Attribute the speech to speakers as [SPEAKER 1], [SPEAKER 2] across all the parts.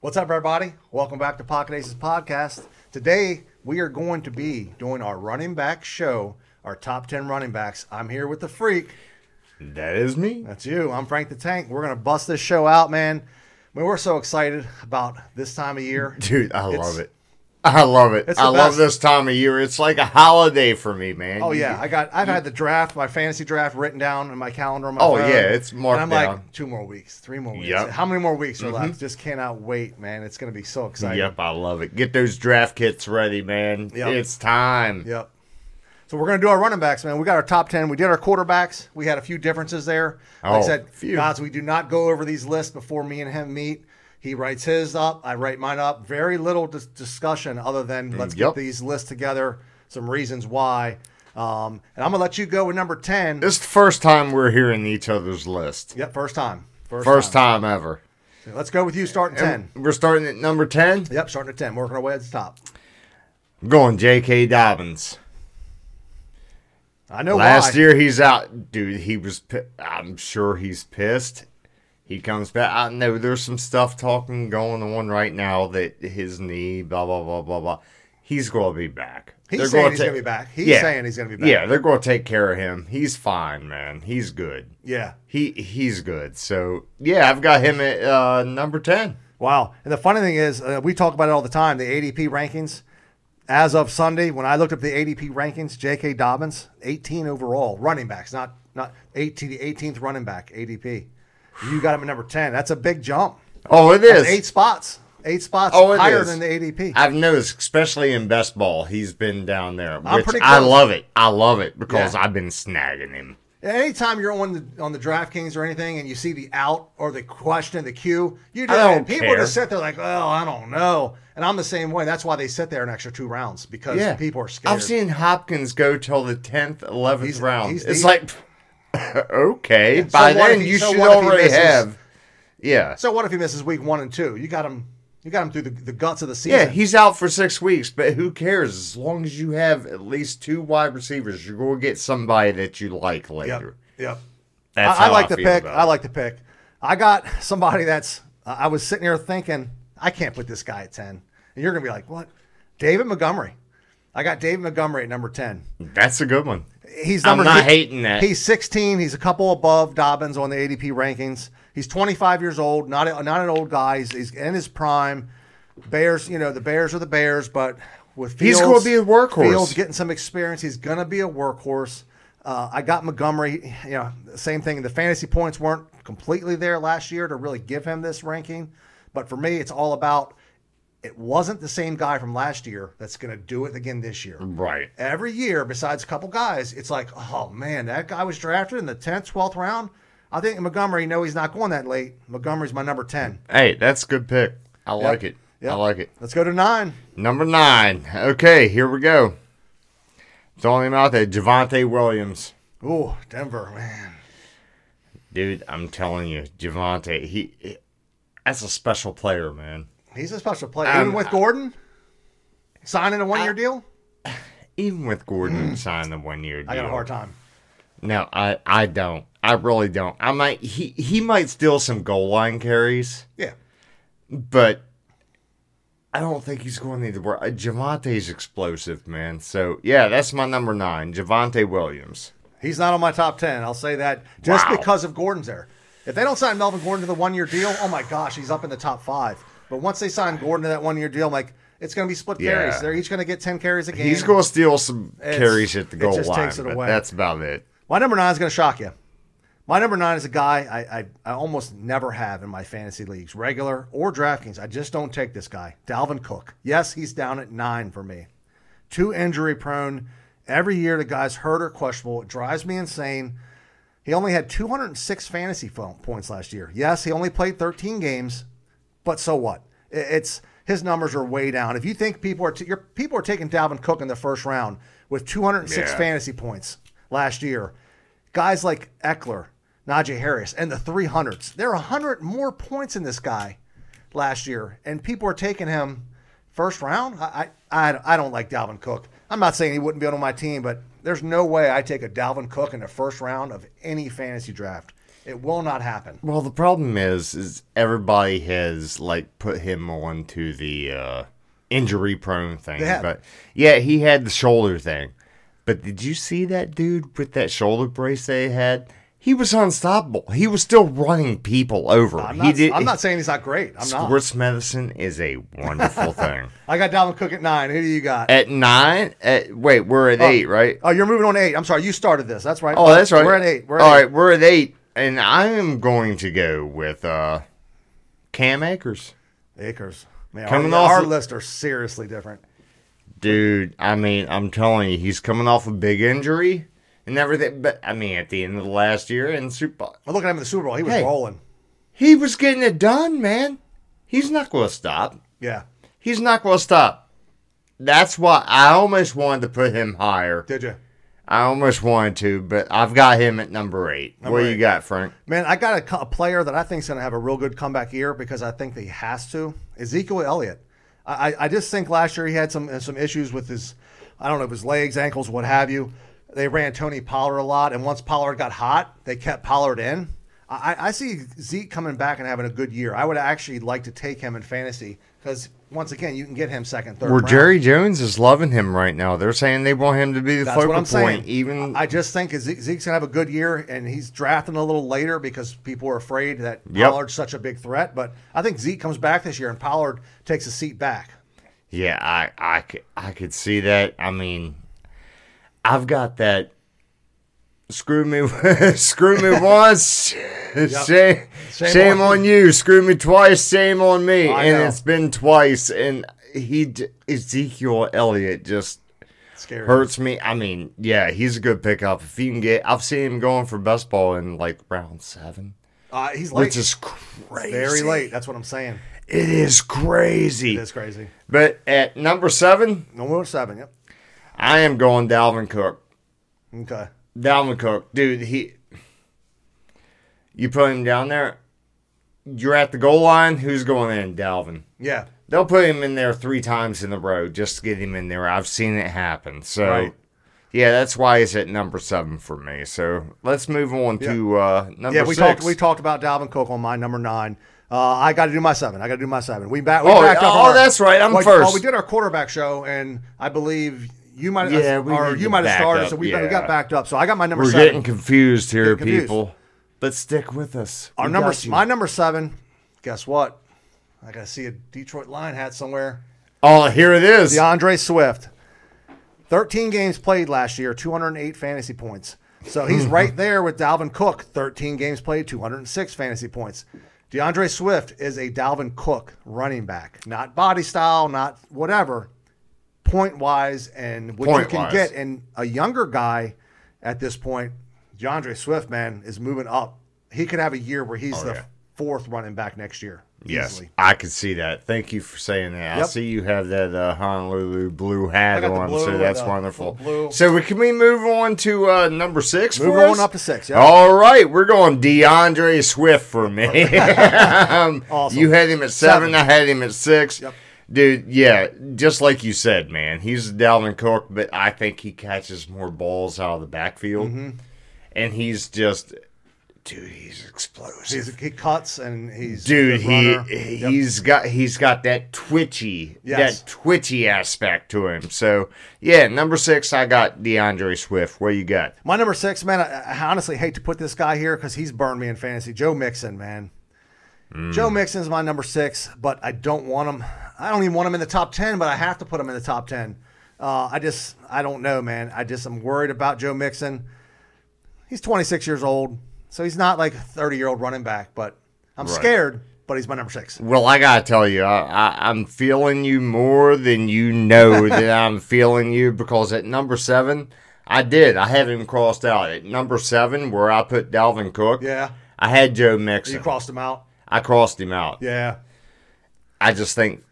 [SPEAKER 1] What's up, everybody? Welcome back to Pocket Aces Podcast. Today, we are going to be doing our running back show, our top 10 running backs. I'm here with the freak.
[SPEAKER 2] That is me.
[SPEAKER 1] That's you. I'm Frank the Tank. We're going to bust this show out, man. I mean, we're so excited about this time of year.
[SPEAKER 2] Dude, I
[SPEAKER 1] It's-
[SPEAKER 2] love it. I love it.
[SPEAKER 1] it's the
[SPEAKER 2] I love
[SPEAKER 1] best.
[SPEAKER 2] this time of year. It's like a holiday for me, man.
[SPEAKER 1] Oh
[SPEAKER 2] You-
[SPEAKER 1] yeah, I got. I've had the draft, my fantasy draft, written down in my calendar. On my
[SPEAKER 2] Oh,
[SPEAKER 1] phone.
[SPEAKER 2] yeah, it's marked
[SPEAKER 1] And I'm
[SPEAKER 2] down.
[SPEAKER 1] like, two more weeks, three more weeks.
[SPEAKER 2] Yep. Mm-hmm.
[SPEAKER 1] How many more weeks are left? Just cannot wait, man. It's gonna be so exciting.
[SPEAKER 2] Yep, I love it. Get those draft kits ready, man.
[SPEAKER 1] Yep.
[SPEAKER 2] It's time.
[SPEAKER 1] Yep. So we're gonna do our running backs, man. We got our top ten. We did our quarterbacks. We had a few differences there. Like I
[SPEAKER 2] Oh,
[SPEAKER 1] said,
[SPEAKER 2] few.
[SPEAKER 1] guys, we do not go over these lists before me and him meet. He writes his up. I write mine up. Very little dis- discussion other than let's
[SPEAKER 2] Yep.
[SPEAKER 1] get these lists together. Some reasons why. Um, and I'm gonna let you go with number ten.
[SPEAKER 2] This is the first time we're hearing each other's list.
[SPEAKER 1] Yep, first time.
[SPEAKER 2] First time ever.
[SPEAKER 1] Let's go with you starting 10.
[SPEAKER 2] We're starting at number 10.
[SPEAKER 1] Yep, starting at 10. Working our way at the top.
[SPEAKER 2] I'm going J.K. Dobbins.
[SPEAKER 1] I know
[SPEAKER 2] Last
[SPEAKER 1] why.
[SPEAKER 2] year he's out, dude. He was. pi- I'm sure he's pissed. He comes back. I know there's some stuff talking going on right now that his knee, blah blah blah blah blah. He's going to be back.
[SPEAKER 1] He's
[SPEAKER 2] They're
[SPEAKER 1] saying
[SPEAKER 2] gonna
[SPEAKER 1] he's
[SPEAKER 2] ta-
[SPEAKER 1] gonna be back. He's saying he's gonna be back.
[SPEAKER 2] Yeah, they're going to take care of him. He's fine, man. He's good.
[SPEAKER 1] Yeah.
[SPEAKER 2] He he's good. So yeah, I've got him at uh, number ten.
[SPEAKER 1] Wow. And the funny thing is, uh, we talk about it all the time the ADP rankings. As of Sunday, when I looked up the ADP rankings, J.K. Dobbins, 18 overall, running backs, not not 18, the 18th running back, ADP. You got him at number 10. That's a big jump.
[SPEAKER 2] Oh, it is.
[SPEAKER 1] Eight spots. Eight spots
[SPEAKER 2] Oh, it
[SPEAKER 1] higher
[SPEAKER 2] is.
[SPEAKER 1] than the ADP.
[SPEAKER 2] I've noticed, especially in best ball, he's been down there. Which
[SPEAKER 1] pretty
[SPEAKER 2] I
[SPEAKER 1] close.
[SPEAKER 2] love it. I love it because
[SPEAKER 1] Yeah.
[SPEAKER 2] I've been snagging him.
[SPEAKER 1] Anytime you're on the on the DraftKings or anything, and you see the out or the question, the queue, you just,
[SPEAKER 2] don't
[SPEAKER 1] and people
[SPEAKER 2] care.
[SPEAKER 1] just sit there like, oh, I don't know. And I'm the same way. That's why they sit there an extra two rounds because people are scared.
[SPEAKER 2] I've seen Hopkins go till the tenth, eleventh
[SPEAKER 1] He's-
[SPEAKER 2] round.
[SPEAKER 1] he's
[SPEAKER 2] it's
[SPEAKER 1] the-
[SPEAKER 2] like, okay,
[SPEAKER 1] so
[SPEAKER 2] by
[SPEAKER 1] what if
[SPEAKER 2] then
[SPEAKER 1] he-
[SPEAKER 2] you
[SPEAKER 1] so
[SPEAKER 2] should
[SPEAKER 1] what if he
[SPEAKER 2] already
[SPEAKER 1] misses?
[SPEAKER 2] have. Yeah,
[SPEAKER 1] So what if he misses week one and two? You got him. You got him through the, the guts of the season.
[SPEAKER 2] yeah, he's out for six weeks, but who cares? As long as you have at least two wide receivers, you're going to get somebody that you like
[SPEAKER 1] Yep.
[SPEAKER 2] later.
[SPEAKER 1] Yep.
[SPEAKER 2] That's
[SPEAKER 1] I, I
[SPEAKER 2] how
[SPEAKER 1] like
[SPEAKER 2] I
[SPEAKER 1] the
[SPEAKER 2] feel
[SPEAKER 1] pick.
[SPEAKER 2] about
[SPEAKER 1] I
[SPEAKER 2] it.
[SPEAKER 1] like the pick. I got somebody that's. I I was sitting here thinking, I can't put this guy at ten, and you're gonna be like, what? David Montgomery. I got David Montgomery at number ten.
[SPEAKER 2] That's a good one.
[SPEAKER 1] He's
[SPEAKER 2] I'm
[SPEAKER 1] number.
[SPEAKER 2] not hating that.
[SPEAKER 1] He's 16. He's a couple above Dobbins on the ADP rankings. He's 25 years old. Not a, not an old guy. He's, he's in his prime. Bears, you know, the Bears are the Bears, but with
[SPEAKER 2] He's
[SPEAKER 1] Fields,
[SPEAKER 2] gonna be a workhorse.
[SPEAKER 1] Fields getting some experience. He's gonna be a workhorse. Uh, I got Montgomery. You know, same thing. The fantasy points weren't completely there last year to really give him this ranking, but for me, it's all about. It wasn't the same guy from last year that's going to do it again this year
[SPEAKER 2] Right.
[SPEAKER 1] every year, besides a couple guys, it's like, oh man, that guy was drafted in the 10th, 12th round. I think Montgomery, no, he's not going that late. Montgomery's my number 10.
[SPEAKER 2] Hey, that's a good pick. I like it.
[SPEAKER 1] Yep.
[SPEAKER 2] I like it.
[SPEAKER 1] Let's go to nine.
[SPEAKER 2] Number nine. Okay, here we go. Throwing him out there, Javante Williams.
[SPEAKER 1] Ooh, Denver, man.
[SPEAKER 2] Dude, I'm telling you, Javante, he, he- that's a special player, man.
[SPEAKER 1] He's a special player.
[SPEAKER 2] Um,
[SPEAKER 1] Even with Gordon signing a one year deal,
[SPEAKER 2] Even with Gordon signed the one year deal.
[SPEAKER 1] Mm. I got a hard time.
[SPEAKER 2] No, I, I don't. I really don't. I might he he might steal some goal line carries,
[SPEAKER 1] Yeah.
[SPEAKER 2] but I don't think he's going to need to work. Uh, Javante's explosive, man. So yeah, that's my number nine, Javante Williams.
[SPEAKER 1] He's not on my top 10. I'll say that just
[SPEAKER 2] Wow.
[SPEAKER 1] because of Gordon's there. If they don't sign Melvin Gordon to the one year deal, oh my gosh, he's up in the top five. But once they sign Gordon to that one year deal, I'm like, it's going to be split carries.
[SPEAKER 2] Yeah.
[SPEAKER 1] They're each going to get 10 carries a game.
[SPEAKER 2] He's going to steal some
[SPEAKER 1] It's-
[SPEAKER 2] carries at the
[SPEAKER 1] it
[SPEAKER 2] goal
[SPEAKER 1] just
[SPEAKER 2] line.
[SPEAKER 1] takes it
[SPEAKER 2] but
[SPEAKER 1] away.
[SPEAKER 2] That's about it.
[SPEAKER 1] My number nine is going to shock you. My number nine is a guy I, I, I almost never have in my fantasy leagues, regular or DraftKings. I just don't take this guy, Dalvin Cook. Yes, he's down at nine for me. Too injury prone. Every year the guy's hurt or questionable. It drives me insane. He only had 206 fantasy fo- points last year. Yes, he only played 13 games, but so what? I- It's his numbers are way down. If you think people are t- your people are taking Dalvin Cook in the first round with 206
[SPEAKER 2] Yeah.
[SPEAKER 1] fantasy points last year, guys like Eckler, Najee Harris, and the 300s, there are 100 more points in this guy last year, and people are taking him first round. I I, I- I don't like Dalvin Cook. I'm not saying he wouldn't be on my team, but there's no way I take a Dalvin Cook in the first round of any fantasy draft. It will not happen.
[SPEAKER 2] Well, the problem is, is everybody has like put him on to the uh, injury prone thing.
[SPEAKER 1] They have.
[SPEAKER 2] But yeah, he had the shoulder thing. But did you see that dude with that shoulder brace they had? He was unstoppable. He was still running people over.
[SPEAKER 1] I'm
[SPEAKER 2] he
[SPEAKER 1] not,
[SPEAKER 2] did.
[SPEAKER 1] I'm not saying he's not great. I'm not.
[SPEAKER 2] Sports medicine is a wonderful thing.
[SPEAKER 1] I got Dalvin Cook at nine. Who do you got?
[SPEAKER 2] At nine, at wait, we're at eight, right?
[SPEAKER 1] Oh, you're moving on to eight. I'm sorry. You started this. That's right.
[SPEAKER 2] Oh, that's right.
[SPEAKER 1] We're at eight. We're at
[SPEAKER 2] All
[SPEAKER 1] eight.
[SPEAKER 2] right, we're at eight, and I am going to go with uh, Cam Akers.
[SPEAKER 1] Acres. Man,
[SPEAKER 2] Coming
[SPEAKER 1] our,
[SPEAKER 2] off
[SPEAKER 1] our
[SPEAKER 2] the-
[SPEAKER 1] list are seriously different.
[SPEAKER 2] Dude, I mean, I'm telling you, he's coming off a big injury and everything. But I mean, at the end of the last year in Super Bowl,
[SPEAKER 1] I look at him in the Super Bowl. He was
[SPEAKER 2] Hey.
[SPEAKER 1] rolling.
[SPEAKER 2] he was getting it done, man. He's not going to stop.
[SPEAKER 1] Yeah.
[SPEAKER 2] He's not going to stop. That's why I almost wanted to put him higher.
[SPEAKER 1] Did you?
[SPEAKER 2] I almost wanted to, but I've got him at number eight. what
[SPEAKER 1] Number
[SPEAKER 2] you
[SPEAKER 1] eight.
[SPEAKER 2] got, Frank?
[SPEAKER 1] Man, I got a, co- a player that I think is going to have a real good comeback year because I think that he has to. Ezekiel Elliott. I, I- I just think last year he had some uh, some issues with his, I don't know, if his legs, ankles, what have you. They ran Tony Pollard a lot, and once Pollard got hot, they kept Pollard in. I, I- I see Zeke coming back and having a good year. I would actually like to take him in fantasy because once again, you can get him second, third.
[SPEAKER 2] Where
[SPEAKER 1] round.
[SPEAKER 2] Jerry Jones is loving him right now. They're saying they want him to be the
[SPEAKER 1] That's
[SPEAKER 2] focal
[SPEAKER 1] what I'm
[SPEAKER 2] point.
[SPEAKER 1] saying.
[SPEAKER 2] Even
[SPEAKER 1] I just think Zeke- Zeke's gonna have a good year, and he's drafting a little later because people are afraid that
[SPEAKER 2] Yep.
[SPEAKER 1] Pollard's such a big threat. But I think Zeke comes back this year, and Pollard takes a seat back.
[SPEAKER 2] Yeah, I, I, c- I could see that. I mean, I've got that. Screw me, screw me once. Shame,
[SPEAKER 1] Shame
[SPEAKER 2] shame
[SPEAKER 1] on
[SPEAKER 2] on you. Screw me twice. Shame on me.
[SPEAKER 1] I
[SPEAKER 2] and
[SPEAKER 1] know.
[SPEAKER 2] it's been twice. And he, d- Ezekiel Elliott, just
[SPEAKER 1] Scary.
[SPEAKER 2] hurts me. I mean, yeah, he's a good pickup if you can get. I've seen him going for best ball in like round seven,
[SPEAKER 1] Uh, he's late.
[SPEAKER 2] which is crazy.
[SPEAKER 1] very late. That's what I'm saying.
[SPEAKER 2] It is crazy.
[SPEAKER 1] It is crazy.
[SPEAKER 2] But at number seven,
[SPEAKER 1] No more seven. Yep.
[SPEAKER 2] I am going Dalvin Cook.
[SPEAKER 1] Okay.
[SPEAKER 2] Dalvin Cook, dude, he. You put him down there. You're at the goal line. Who's going in? Dalvin.
[SPEAKER 1] Yeah.
[SPEAKER 2] They'll put him in there three times in a row just to get him in there. I've seen it happen. So,
[SPEAKER 1] Right.
[SPEAKER 2] yeah, that's why he's at number seven for me. So let's move on to uh, number
[SPEAKER 1] Yeah. We
[SPEAKER 2] six.
[SPEAKER 1] talked. We talked about Dalvin Cook on my number nine. Uh, I got to do my seven. I got to do my seven. We back. We
[SPEAKER 2] Oh,
[SPEAKER 1] backed up
[SPEAKER 2] oh,
[SPEAKER 1] our-
[SPEAKER 2] that's right. I'm
[SPEAKER 1] well,
[SPEAKER 2] first.
[SPEAKER 1] Oh, we did our quarterback show, and I believe you might.
[SPEAKER 2] Yeah, we
[SPEAKER 1] or
[SPEAKER 2] need
[SPEAKER 1] you
[SPEAKER 2] to
[SPEAKER 1] might have
[SPEAKER 2] back
[SPEAKER 1] started.
[SPEAKER 2] up,
[SPEAKER 1] So we,
[SPEAKER 2] yeah.
[SPEAKER 1] we got backed up. So I got my number
[SPEAKER 2] We're
[SPEAKER 1] seven.
[SPEAKER 2] getting confused here,
[SPEAKER 1] Getting confused.
[SPEAKER 2] people. But stick with us.
[SPEAKER 1] Our
[SPEAKER 2] We
[SPEAKER 1] number,
[SPEAKER 2] got you.
[SPEAKER 1] my number seven. Guess what? I gotta see a Detroit Lion hat somewhere.
[SPEAKER 2] Oh, here it is.
[SPEAKER 1] DeAndre Swift, thirteen games played last year, two hundred and eight fantasy points. So he's
[SPEAKER 2] Hmm.
[SPEAKER 1] right there with Dalvin Cook, thirteen games played, two hundred and six fantasy points. DeAndre Swift is a Dalvin Cook running back, not body style, not whatever, point wise, and what you can
[SPEAKER 2] Point-wise.
[SPEAKER 1] get. And a younger guy at this point, DeAndre Swift, man, is moving up. He could have a year where he's the
[SPEAKER 2] Oh, yeah.
[SPEAKER 1] fourth running back next year.
[SPEAKER 2] Yes,
[SPEAKER 1] easily.
[SPEAKER 2] I can see that. Thank you for saying that. I
[SPEAKER 1] Yep.
[SPEAKER 2] see you have that uh, Honolulu blue hat
[SPEAKER 1] got the
[SPEAKER 2] on,
[SPEAKER 1] blue
[SPEAKER 2] so
[SPEAKER 1] and
[SPEAKER 2] that's
[SPEAKER 1] the
[SPEAKER 2] wonderful.
[SPEAKER 1] blue.
[SPEAKER 2] So we, can we move on to uh, number six?
[SPEAKER 1] Move
[SPEAKER 2] for
[SPEAKER 1] on
[SPEAKER 2] us?
[SPEAKER 1] up to six, yep.
[SPEAKER 2] All right, we're going DeAndre Swift for me. um,
[SPEAKER 1] Awesome.
[SPEAKER 2] You had him at seven,
[SPEAKER 1] Seven.
[SPEAKER 2] I had him at six.
[SPEAKER 1] Yep.
[SPEAKER 2] Dude, yeah, just like you said, man, he's Dalvin Cook, but I think he catches more balls out of the backfield,
[SPEAKER 1] Mm-hmm.
[SPEAKER 2] and he's just, dude, he's explosive
[SPEAKER 1] He's, he cuts and he's a
[SPEAKER 2] dude
[SPEAKER 1] good
[SPEAKER 2] he
[SPEAKER 1] runner. Yep.
[SPEAKER 2] he's got he's got that twitchy
[SPEAKER 1] Yes.
[SPEAKER 2] that twitchy aspect to him so yeah number six i got deandre swift what you got
[SPEAKER 1] My number six, man, I, I honestly hate to put this guy here because he's burned me in fantasy. Joe Mixon, man.
[SPEAKER 2] Mm.
[SPEAKER 1] Joe Mixon's my number six, but I don't want him. I don't even want him in the top 10, but I have to put him in the top 10. Uh, I just, I don't know, man. I just, I'm worried about Joe Mixon. He's 26 years old, so he's not like a 30 year old running back, but I'm
[SPEAKER 2] Right.
[SPEAKER 1] scared, but he's my number six.
[SPEAKER 2] well i gotta tell you I, I i'm feeling you more than you know that i'm feeling you because at number seven i did i had him crossed out at number seven where i put dalvin cook
[SPEAKER 1] Yeah.
[SPEAKER 2] i had joe
[SPEAKER 1] You
[SPEAKER 2] mixon
[SPEAKER 1] crossed him out.
[SPEAKER 2] i crossed him out
[SPEAKER 1] Yeah.
[SPEAKER 2] i just think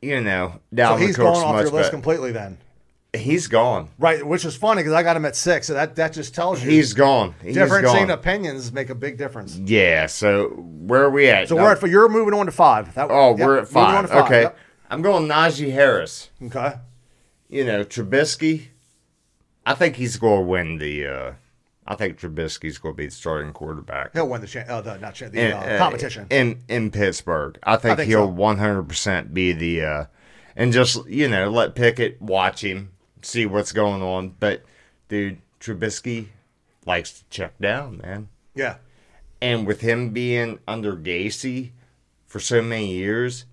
[SPEAKER 2] you know
[SPEAKER 1] So
[SPEAKER 2] dalvin
[SPEAKER 1] he's
[SPEAKER 2] cook's
[SPEAKER 1] going off
[SPEAKER 2] much
[SPEAKER 1] your list
[SPEAKER 2] better.
[SPEAKER 1] completely then.
[SPEAKER 2] he's gone
[SPEAKER 1] Right, which is funny because I got him at six, so that, that just tells you.
[SPEAKER 2] He's gone. He's
[SPEAKER 1] Differencing
[SPEAKER 2] gone.
[SPEAKER 1] opinions make a big difference.
[SPEAKER 2] Yeah. So where are we at?
[SPEAKER 1] So
[SPEAKER 2] No-
[SPEAKER 1] we're at you're moving on to five. That,
[SPEAKER 2] oh,
[SPEAKER 1] yep,
[SPEAKER 2] we're at
[SPEAKER 1] moving
[SPEAKER 2] five.
[SPEAKER 1] on to
[SPEAKER 2] Okay.
[SPEAKER 1] yep.
[SPEAKER 2] I'm going Najee Harris.
[SPEAKER 1] Okay.
[SPEAKER 2] You know Trubisky. I think he's going to win the. Uh, I I think Trubisky's going to be the starting quarterback.
[SPEAKER 1] He'll win the cha- uh, the not cha- the
[SPEAKER 2] in,
[SPEAKER 1] uh, competition.
[SPEAKER 2] in in Pittsburgh. I think,
[SPEAKER 1] think
[SPEAKER 2] he'll
[SPEAKER 1] so.
[SPEAKER 2] one hundred percent be the uh, and just you know let Pickett watch him, see what's going on. But dude, Trubisky likes to check down, man.
[SPEAKER 1] yeah,
[SPEAKER 2] And with him being under Gacy for so many years,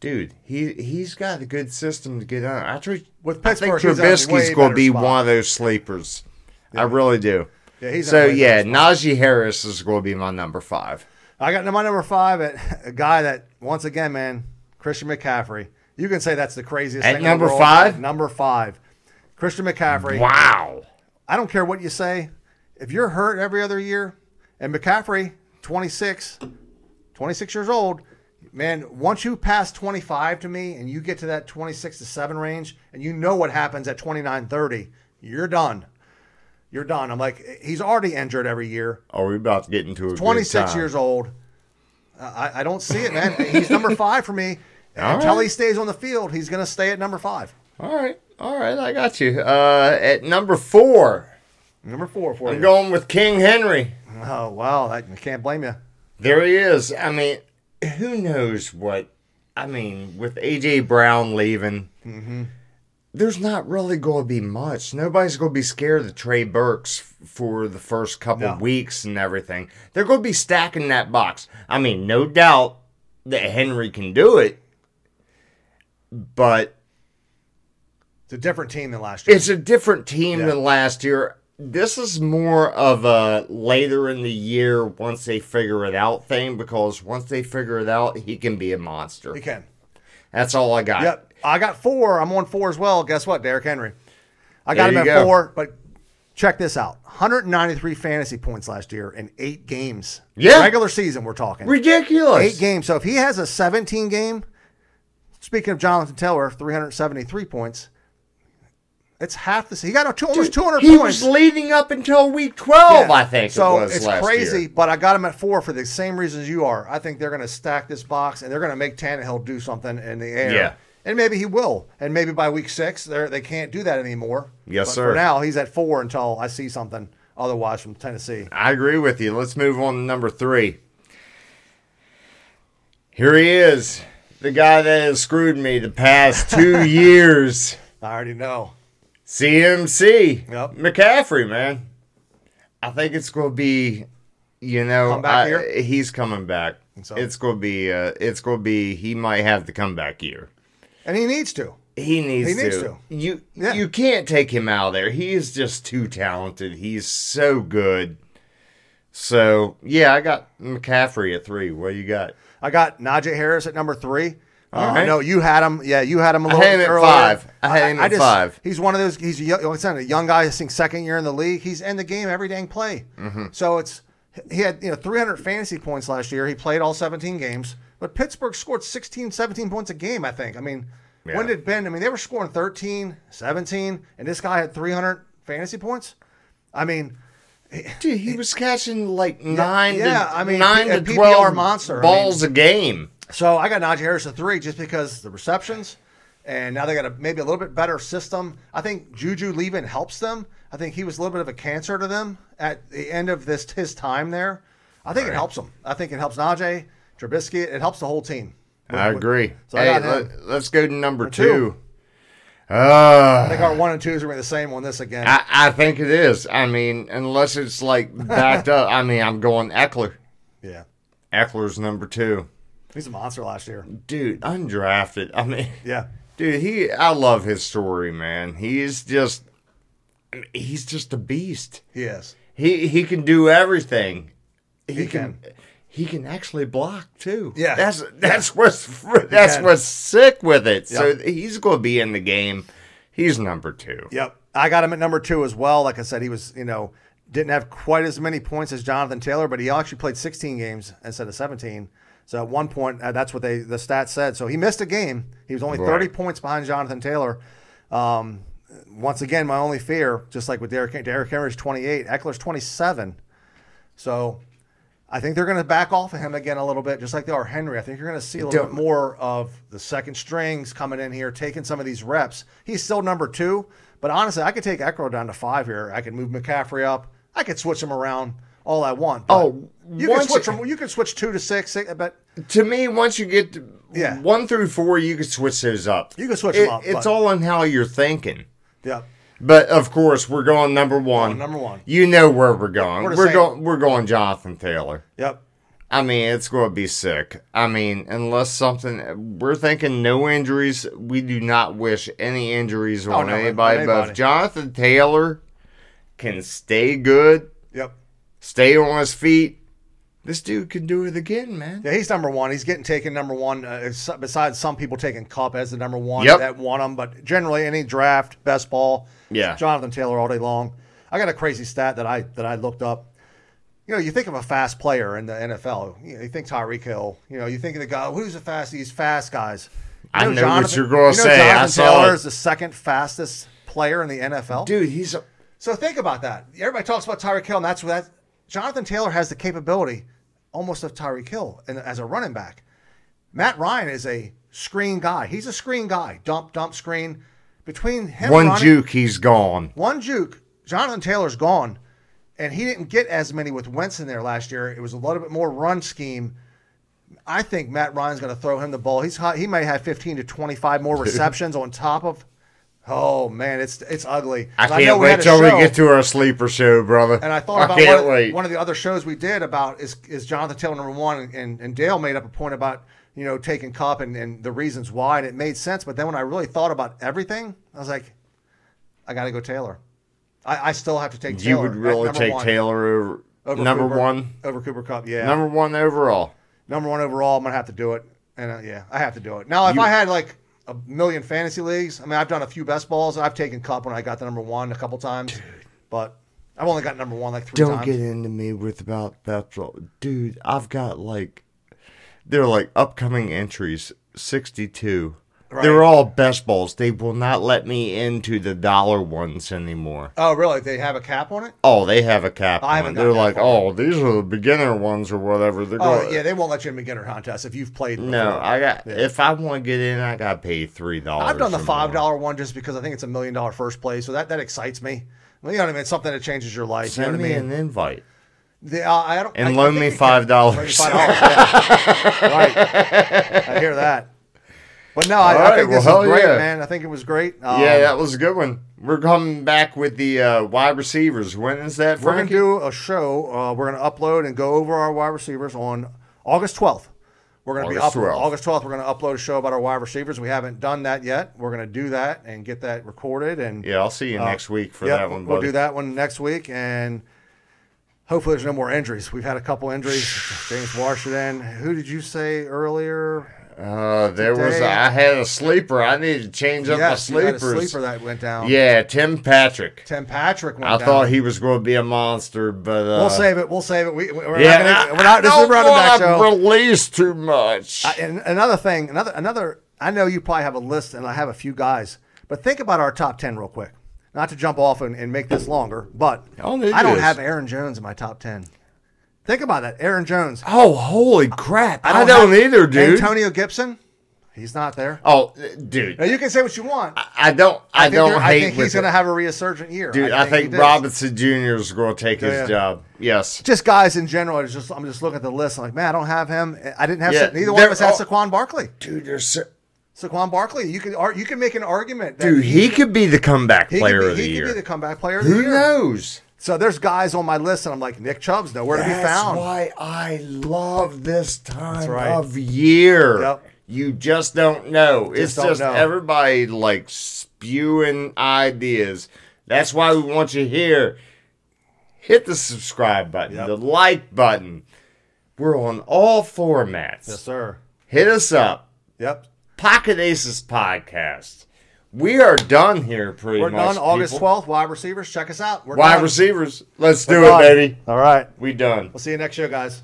[SPEAKER 2] dude, he he's got a good system to get on. I, tr-
[SPEAKER 1] With
[SPEAKER 2] I
[SPEAKER 1] Pittsburgh,
[SPEAKER 2] think
[SPEAKER 1] he's at a
[SPEAKER 2] Trubisky's
[SPEAKER 1] way
[SPEAKER 2] going
[SPEAKER 1] better
[SPEAKER 2] to be
[SPEAKER 1] spot.
[SPEAKER 2] one of those sleepers. I really do.
[SPEAKER 1] Yeah, he's at
[SPEAKER 2] so
[SPEAKER 1] a way better
[SPEAKER 2] yeah, Najee Harris is going to be my number five.
[SPEAKER 1] I got my number five at a guy that once again, man, Christian McCaffrey. You can say that's the craziest
[SPEAKER 2] At
[SPEAKER 1] thing in the
[SPEAKER 2] number
[SPEAKER 1] world.
[SPEAKER 2] five?
[SPEAKER 1] At number five, Christian McCaffrey.
[SPEAKER 2] Wow.
[SPEAKER 1] I don't care what you say. If you're hurt every other year, and McCaffrey, 26, 26 years old, man, once you pass 25 to me and you get to that 26 to 7 range and you know what happens at 29 30, you're done. You're done. I'm like, he's already injured every year.
[SPEAKER 2] Are we about to get into a good
[SPEAKER 1] 26
[SPEAKER 2] time?
[SPEAKER 1] years old. I, I- I don't see it, man. He's number five for me.
[SPEAKER 2] All
[SPEAKER 1] Until
[SPEAKER 2] right.
[SPEAKER 1] he stays on the field, he's going to stay at number five.
[SPEAKER 2] All right, all right, I got you. Uh, at number four,
[SPEAKER 1] Number four for
[SPEAKER 2] I'm
[SPEAKER 1] you.
[SPEAKER 2] going with King Henry.
[SPEAKER 1] Oh, wow. I, I can't blame you.
[SPEAKER 2] There he is. I mean, who knows what? I mean, with AJ Brown leaving, there's not really going to be much. Nobody's going to be scared of Trey Burks f- for the first couple
[SPEAKER 1] No.
[SPEAKER 2] weeks and everything. They're going to be stacking that box. I mean, no doubt that Henry can do it, but
[SPEAKER 1] It's a different team than last year.
[SPEAKER 2] it's a different team than last year. This is more of a later in the year once they figure it out thing because once they figure it out, he can be a monster.
[SPEAKER 1] you can.
[SPEAKER 2] That's all I got.
[SPEAKER 1] Yep. I got four. I'm on four as well. Guess what, Derrick Henry? I got
[SPEAKER 2] There
[SPEAKER 1] him at
[SPEAKER 2] you go.
[SPEAKER 1] four, but check this out 193 fantasy points last year in eight games.
[SPEAKER 2] Yeah.
[SPEAKER 1] Regular season, we're talking.
[SPEAKER 2] Ridiculous.
[SPEAKER 1] eight games. So if he has a 17 game, speaking of Jonathan Taylor, 373 points, it's half the. se- He got two, almost 200
[SPEAKER 2] He
[SPEAKER 1] points.
[SPEAKER 2] was leading up until week
[SPEAKER 1] Yeah.
[SPEAKER 2] 12, Oh, I think
[SPEAKER 1] so
[SPEAKER 2] it was
[SPEAKER 1] it's
[SPEAKER 2] last
[SPEAKER 1] crazy,
[SPEAKER 2] year.
[SPEAKER 1] but I got him at four for the same reasons you are. I think they're going to stack this box and they're going to make Tannehill do something in the air.
[SPEAKER 2] Yeah.
[SPEAKER 1] And maybe he will. And maybe by week six, they they can't do that anymore.
[SPEAKER 2] Yes,
[SPEAKER 1] but
[SPEAKER 2] sir.
[SPEAKER 1] For now, he's at four until I see something otherwise from Tennessee.
[SPEAKER 2] I agree with you. Let's move on to number three. Here he is, the guy that has screwed me the past two years.
[SPEAKER 1] I already know.
[SPEAKER 2] CMC.
[SPEAKER 1] Yep.
[SPEAKER 2] McCaffrey, man. I think it's going to be, you know,
[SPEAKER 1] Come back
[SPEAKER 2] I-
[SPEAKER 1] here?
[SPEAKER 2] he's coming back.
[SPEAKER 1] so?
[SPEAKER 2] It's going to be, uh, it's going to be, he might have the comeback year.
[SPEAKER 1] And he needs to.
[SPEAKER 2] He needs,
[SPEAKER 1] He needs
[SPEAKER 2] to.
[SPEAKER 1] to.
[SPEAKER 2] You
[SPEAKER 1] Yeah.
[SPEAKER 2] you can't take him out of there. He is just too talented. He's so good. So yeah, I got McCaffrey at three. What you got?
[SPEAKER 1] I got Najee Harris at number three.
[SPEAKER 2] All
[SPEAKER 1] Uh,
[SPEAKER 2] right.
[SPEAKER 1] No, you had him. Yeah, you had him a little
[SPEAKER 2] had him at
[SPEAKER 1] earlier.
[SPEAKER 2] five. I had him at
[SPEAKER 1] just-
[SPEAKER 2] five.
[SPEAKER 1] He's one of those. He's a, yo- like I said, a young guy. I think second year in the league. He's in the game every dang play.
[SPEAKER 2] Mm-hmm.
[SPEAKER 1] So it's he had you know 300 fantasy points last year. He played all 17 games, but Pittsburgh scored 16, 17 points a game. I think. I mean,
[SPEAKER 2] Yeah.
[SPEAKER 1] when did Ben? I mean, they were scoring 13, 17, and this guy had 300 fantasy points. I mean,
[SPEAKER 2] Dude, he was catching like nine.
[SPEAKER 1] yeah,
[SPEAKER 2] to,
[SPEAKER 1] I mean,
[SPEAKER 2] nine
[SPEAKER 1] P-
[SPEAKER 2] to
[SPEAKER 1] a PPR
[SPEAKER 2] twelve
[SPEAKER 1] monster. I
[SPEAKER 2] balls a game.
[SPEAKER 1] So I got Najee Harris at three just because the receptions, and now they got a maybe a little bit better system. I think Juju leaving helps them. I think he was a little bit of a cancer to them at the end of this his time there. I think it helps them. I think it helps Najee, Trubisky. It helps the whole team.
[SPEAKER 2] I agree.
[SPEAKER 1] So I
[SPEAKER 2] hey,
[SPEAKER 1] got him.
[SPEAKER 2] let, us go to number, two.
[SPEAKER 1] two. I
[SPEAKER 2] Uh,
[SPEAKER 1] think our one and twos are gonna be the same on this again.
[SPEAKER 2] I, I think it is. I mean, unless it's like backed up. I mean, I'm going Eckler.
[SPEAKER 1] yeah,
[SPEAKER 2] Eckler's number two.
[SPEAKER 1] he's a monster last year.
[SPEAKER 2] Dude, undrafted. I mean,
[SPEAKER 1] Yeah,
[SPEAKER 2] dude, he. I love his story, man. He's just, I mean, he's just a beast.
[SPEAKER 1] he is.
[SPEAKER 2] He he can do everything. He,
[SPEAKER 1] can.
[SPEAKER 2] He can actually block too.
[SPEAKER 1] Yeah.
[SPEAKER 2] that's that's what's fr- that's
[SPEAKER 1] can.
[SPEAKER 2] what's sick with it. So
[SPEAKER 1] Yep.
[SPEAKER 2] he's going to be in the game. He's number two.
[SPEAKER 1] Yep. I got him at number two as well. Like I said, he was, you know, didn't have quite as many points as Jonathan Taylor, but he actually played 16 games instead of 17. So at one point, uh, that's what they the stats said. So he missed a game. He was only 30
[SPEAKER 2] Right.
[SPEAKER 1] points behind Jonathan Taylor. Um, once again, my only fear, just like with Derek, Derek Henry's 28, Eckler's 27. So I think they're going to back off of him again a little bit, just like they are Henry. I think you're going to see a little
[SPEAKER 2] Don't-
[SPEAKER 1] bit more of the second strings coming in here, taking some of these reps. He's still number two, but honestly, I could take Eckro down to five here. I could move McCaffrey up. I could switch them around all I want. but
[SPEAKER 2] Oh,
[SPEAKER 1] you can
[SPEAKER 2] once
[SPEAKER 1] switch
[SPEAKER 2] you-
[SPEAKER 1] from you can switch two to six, six but
[SPEAKER 2] To me, once you get to
[SPEAKER 1] Yeah.
[SPEAKER 2] one through four, you can switch those up.
[SPEAKER 1] You can switch
[SPEAKER 2] It-
[SPEAKER 1] them up,
[SPEAKER 2] It's
[SPEAKER 1] but-
[SPEAKER 2] all on how you're thinking.
[SPEAKER 1] yeah.
[SPEAKER 2] But of course, we're going number one.
[SPEAKER 1] Going number one.
[SPEAKER 2] You know where we're going.
[SPEAKER 1] We're
[SPEAKER 2] We're,
[SPEAKER 1] the same.
[SPEAKER 2] going. We're going Jonathan Taylor.
[SPEAKER 1] Yep.
[SPEAKER 2] I mean, it's going to be sick. I mean, unless something, we're thinking no injuries. We do not wish any injuries on
[SPEAKER 1] Oh, no,
[SPEAKER 2] anybody, But
[SPEAKER 1] anybody.
[SPEAKER 2] if Jonathan Taylor can stay good,
[SPEAKER 1] Yep.
[SPEAKER 2] stay on his feet, this dude can do it again, man.
[SPEAKER 1] Yeah, he's number one. He's getting taken number one. Uh, s- besides some people taking Cup as the number one
[SPEAKER 2] Yep.
[SPEAKER 1] that want him, but generally any draft best ball,
[SPEAKER 2] Yeah.
[SPEAKER 1] Jonathan Taylor all day long. I got a crazy stat that I that I looked up. You know, you think of a fast player in the NFL. You, know, you think Tyreek Hill. You know, you think of the guy who's the fast. These fast guys. You
[SPEAKER 2] I know what you're gonna say. I
[SPEAKER 1] Jonathan
[SPEAKER 2] saw
[SPEAKER 1] Taylor
[SPEAKER 2] it.
[SPEAKER 1] is the second fastest player in the NFL.
[SPEAKER 2] Dude, he's a,
[SPEAKER 1] So think about that. Everybody talks about Tyreek Hill, and that's what that Jonathan Taylor has the capability almost of Tyreek Hill and as a running back. Matt Ryan is a screen guy. He's a screen guy. Dump, dump, screen. Between him
[SPEAKER 2] one
[SPEAKER 1] running,
[SPEAKER 2] juke, he's gone.
[SPEAKER 1] one juke, Jonathan Taylor's gone. And he didn't get as many with Wentz in there last year. It was a little bit more run scheme. I think Matt Ryan's going to throw him the ball. He's hot. he may have 15 to 25 more receptions on top of. Oh man, it's it's ugly.
[SPEAKER 2] I
[SPEAKER 1] And
[SPEAKER 2] can't
[SPEAKER 1] know we had
[SPEAKER 2] wait
[SPEAKER 1] a
[SPEAKER 2] till we
[SPEAKER 1] show-
[SPEAKER 2] get to our sleeper show, brother.
[SPEAKER 1] and I thought about one,
[SPEAKER 2] can't
[SPEAKER 1] of-
[SPEAKER 2] wait.
[SPEAKER 1] one of the other shows we did about is is Jonathan Taylor number one, and, and Dale made up a point about you know taking Cup and, and the reasons why, and it made sense. But then when I really thought about everything, I was like, I got to go Taylor. I, I still have to take
[SPEAKER 2] you
[SPEAKER 1] Taylor.
[SPEAKER 2] would
[SPEAKER 1] at
[SPEAKER 2] really
[SPEAKER 1] number
[SPEAKER 2] take
[SPEAKER 1] one
[SPEAKER 2] Taylor over, number
[SPEAKER 1] Cooper-
[SPEAKER 2] one,
[SPEAKER 1] over Cooper Cup. Yeah, number,
[SPEAKER 2] number one overall.
[SPEAKER 1] one overall. I'm gonna have to do it, and uh, yeah, I have to do it. Now, if I had like a million fantasy leagues, I mean, I've done a few best balls. I've taken Cup when I got the number one a couple times, but I've only got number one like 3
[SPEAKER 2] Don't
[SPEAKER 1] times.
[SPEAKER 2] get into me with about Bethel. Dude, I've got like they're like upcoming entries, sixty two. They're
[SPEAKER 1] Right.
[SPEAKER 2] all best balls. They will not let me into the dollar ones anymore.
[SPEAKER 1] Oh, really? They have a cap on it?
[SPEAKER 2] Oh, they have a cap.
[SPEAKER 1] I haven't
[SPEAKER 2] on.
[SPEAKER 1] got
[SPEAKER 2] They're
[SPEAKER 1] that
[SPEAKER 2] like,
[SPEAKER 1] far.
[SPEAKER 2] oh, these are the beginner ones or whatever. They're
[SPEAKER 1] Oh,
[SPEAKER 2] going.
[SPEAKER 1] yeah, they won't let you in beginner contest if you've played.
[SPEAKER 2] No,
[SPEAKER 1] before.
[SPEAKER 2] I got. If I want to get in, I got to pay three dollars.
[SPEAKER 1] I've done the
[SPEAKER 2] or
[SPEAKER 1] five
[SPEAKER 2] more.
[SPEAKER 1] dollar one just because I think it's a million dollar first play, so that that excites me. Well, you know what I mean? It's something that changes your life.
[SPEAKER 2] Send
[SPEAKER 1] you know
[SPEAKER 2] me
[SPEAKER 1] what I mean?
[SPEAKER 2] an invite.
[SPEAKER 1] The, uh, I don't,
[SPEAKER 2] and
[SPEAKER 1] I- I
[SPEAKER 2] loan
[SPEAKER 1] think
[SPEAKER 2] me
[SPEAKER 1] you can-
[SPEAKER 2] $5.
[SPEAKER 1] Loan me $5, yeah. right. I hear that. But no, I, I
[SPEAKER 2] All right,
[SPEAKER 1] think this
[SPEAKER 2] well,
[SPEAKER 1] is
[SPEAKER 2] hell
[SPEAKER 1] great,
[SPEAKER 2] yeah.
[SPEAKER 1] man. I think it was great. Um,
[SPEAKER 2] yeah, that was a good one. We're coming back with the uh, wide receivers. When is that?
[SPEAKER 1] We're going
[SPEAKER 2] Frankie?
[SPEAKER 1] to do a show. Uh, we're going to upload and go over our wide receivers on August 12th. We're going to be up
[SPEAKER 2] August 12th.
[SPEAKER 1] August 12th. We're going to upload a show about our wide receivers. We haven't done that yet. We're going to do that and get that recorded. And
[SPEAKER 2] Yeah, I'll see you next week for
[SPEAKER 1] Uh, yeah,
[SPEAKER 2] that one.
[SPEAKER 1] we'll
[SPEAKER 2] buddy.
[SPEAKER 1] do that one next week. And hopefully, there's no more injuries. We've had a couple injuries. James Washington. Who did you say earlier?
[SPEAKER 2] Uh, there was
[SPEAKER 1] Today-
[SPEAKER 2] I had a sleeper. I needed to change up
[SPEAKER 1] yes,
[SPEAKER 2] my
[SPEAKER 1] you had a
[SPEAKER 2] sleepers.
[SPEAKER 1] sleeper that went down.
[SPEAKER 2] Yeah, Tim Patrick.
[SPEAKER 1] Tim Patrick went
[SPEAKER 2] I
[SPEAKER 1] down.
[SPEAKER 2] thought he was going to be a monster, but uh,
[SPEAKER 1] We'll save it. We'll save it. We, we're
[SPEAKER 2] yeah,
[SPEAKER 1] not.
[SPEAKER 2] I-
[SPEAKER 1] Gonna, we're not.
[SPEAKER 2] I
[SPEAKER 1] This is a
[SPEAKER 2] don't
[SPEAKER 1] running back
[SPEAKER 2] wanna
[SPEAKER 1] show.
[SPEAKER 2] Release too much.
[SPEAKER 1] I- and another thing, another another. I know you probably have a list, and I have a few guys, but think about our top ten real quick. Not to jump off and, and make this longer, but
[SPEAKER 2] Oh, it
[SPEAKER 1] I don't
[SPEAKER 2] is.
[SPEAKER 1] have Aaron Jones in my top ten. Think about that, Aaron Jones.
[SPEAKER 2] oh, holy crap! I don't,
[SPEAKER 1] have
[SPEAKER 2] either, dude.
[SPEAKER 1] Antonio Gibson, he's not there.
[SPEAKER 2] oh, dude,
[SPEAKER 1] Now you can say what you want. I,
[SPEAKER 2] I don't. I,
[SPEAKER 1] think,
[SPEAKER 2] don't
[SPEAKER 1] they're-
[SPEAKER 2] hate
[SPEAKER 1] I think he's
[SPEAKER 2] with it.
[SPEAKER 1] going to have a resurgent year.
[SPEAKER 2] Dude, I
[SPEAKER 1] he
[SPEAKER 2] think,
[SPEAKER 1] did.
[SPEAKER 2] Robinson Jr. is going to take
[SPEAKER 1] yeah.
[SPEAKER 2] his job. Yes.
[SPEAKER 1] Just guys in general. It's just I'm just looking at the list. I'm like, man, I don't have him. I didn't have
[SPEAKER 2] Yeah,
[SPEAKER 1] Sa- neither one of
[SPEAKER 2] they're
[SPEAKER 1] us had
[SPEAKER 2] all-
[SPEAKER 1] Saquon Barkley.
[SPEAKER 2] Dude, you're so,
[SPEAKER 1] Saquon Barkley. You could ar- you can make an argument. That
[SPEAKER 2] dude, he could be the comeback
[SPEAKER 1] He
[SPEAKER 2] player
[SPEAKER 1] could be,
[SPEAKER 2] of the
[SPEAKER 1] he could
[SPEAKER 2] year.
[SPEAKER 1] be the comeback player of the
[SPEAKER 2] Who
[SPEAKER 1] year.
[SPEAKER 2] knows?
[SPEAKER 1] So there's guys on my list, and I'm like, Nick Chubb's nowhere to be found.
[SPEAKER 2] why I love this time
[SPEAKER 1] right.
[SPEAKER 2] of year.
[SPEAKER 1] Yep.
[SPEAKER 2] You just don't know. it's
[SPEAKER 1] don't
[SPEAKER 2] just
[SPEAKER 1] know.
[SPEAKER 2] everybody like spewing ideas. That's why we want you here. Hit the subscribe button, the like button. We're on all formats.
[SPEAKER 1] Yes, sir.
[SPEAKER 2] Hit us up.
[SPEAKER 1] Yep.
[SPEAKER 2] Pocket Aces podcast. We are done here, pretty
[SPEAKER 1] We're
[SPEAKER 2] much.
[SPEAKER 1] done August
[SPEAKER 2] people.
[SPEAKER 1] 12th. Wide receivers, check us out. We're
[SPEAKER 2] Wide
[SPEAKER 1] done.
[SPEAKER 2] receivers, let's do
[SPEAKER 1] We're
[SPEAKER 2] it,
[SPEAKER 1] done.
[SPEAKER 2] baby.
[SPEAKER 1] All right.
[SPEAKER 2] We done.
[SPEAKER 1] We'll see you next show, guys.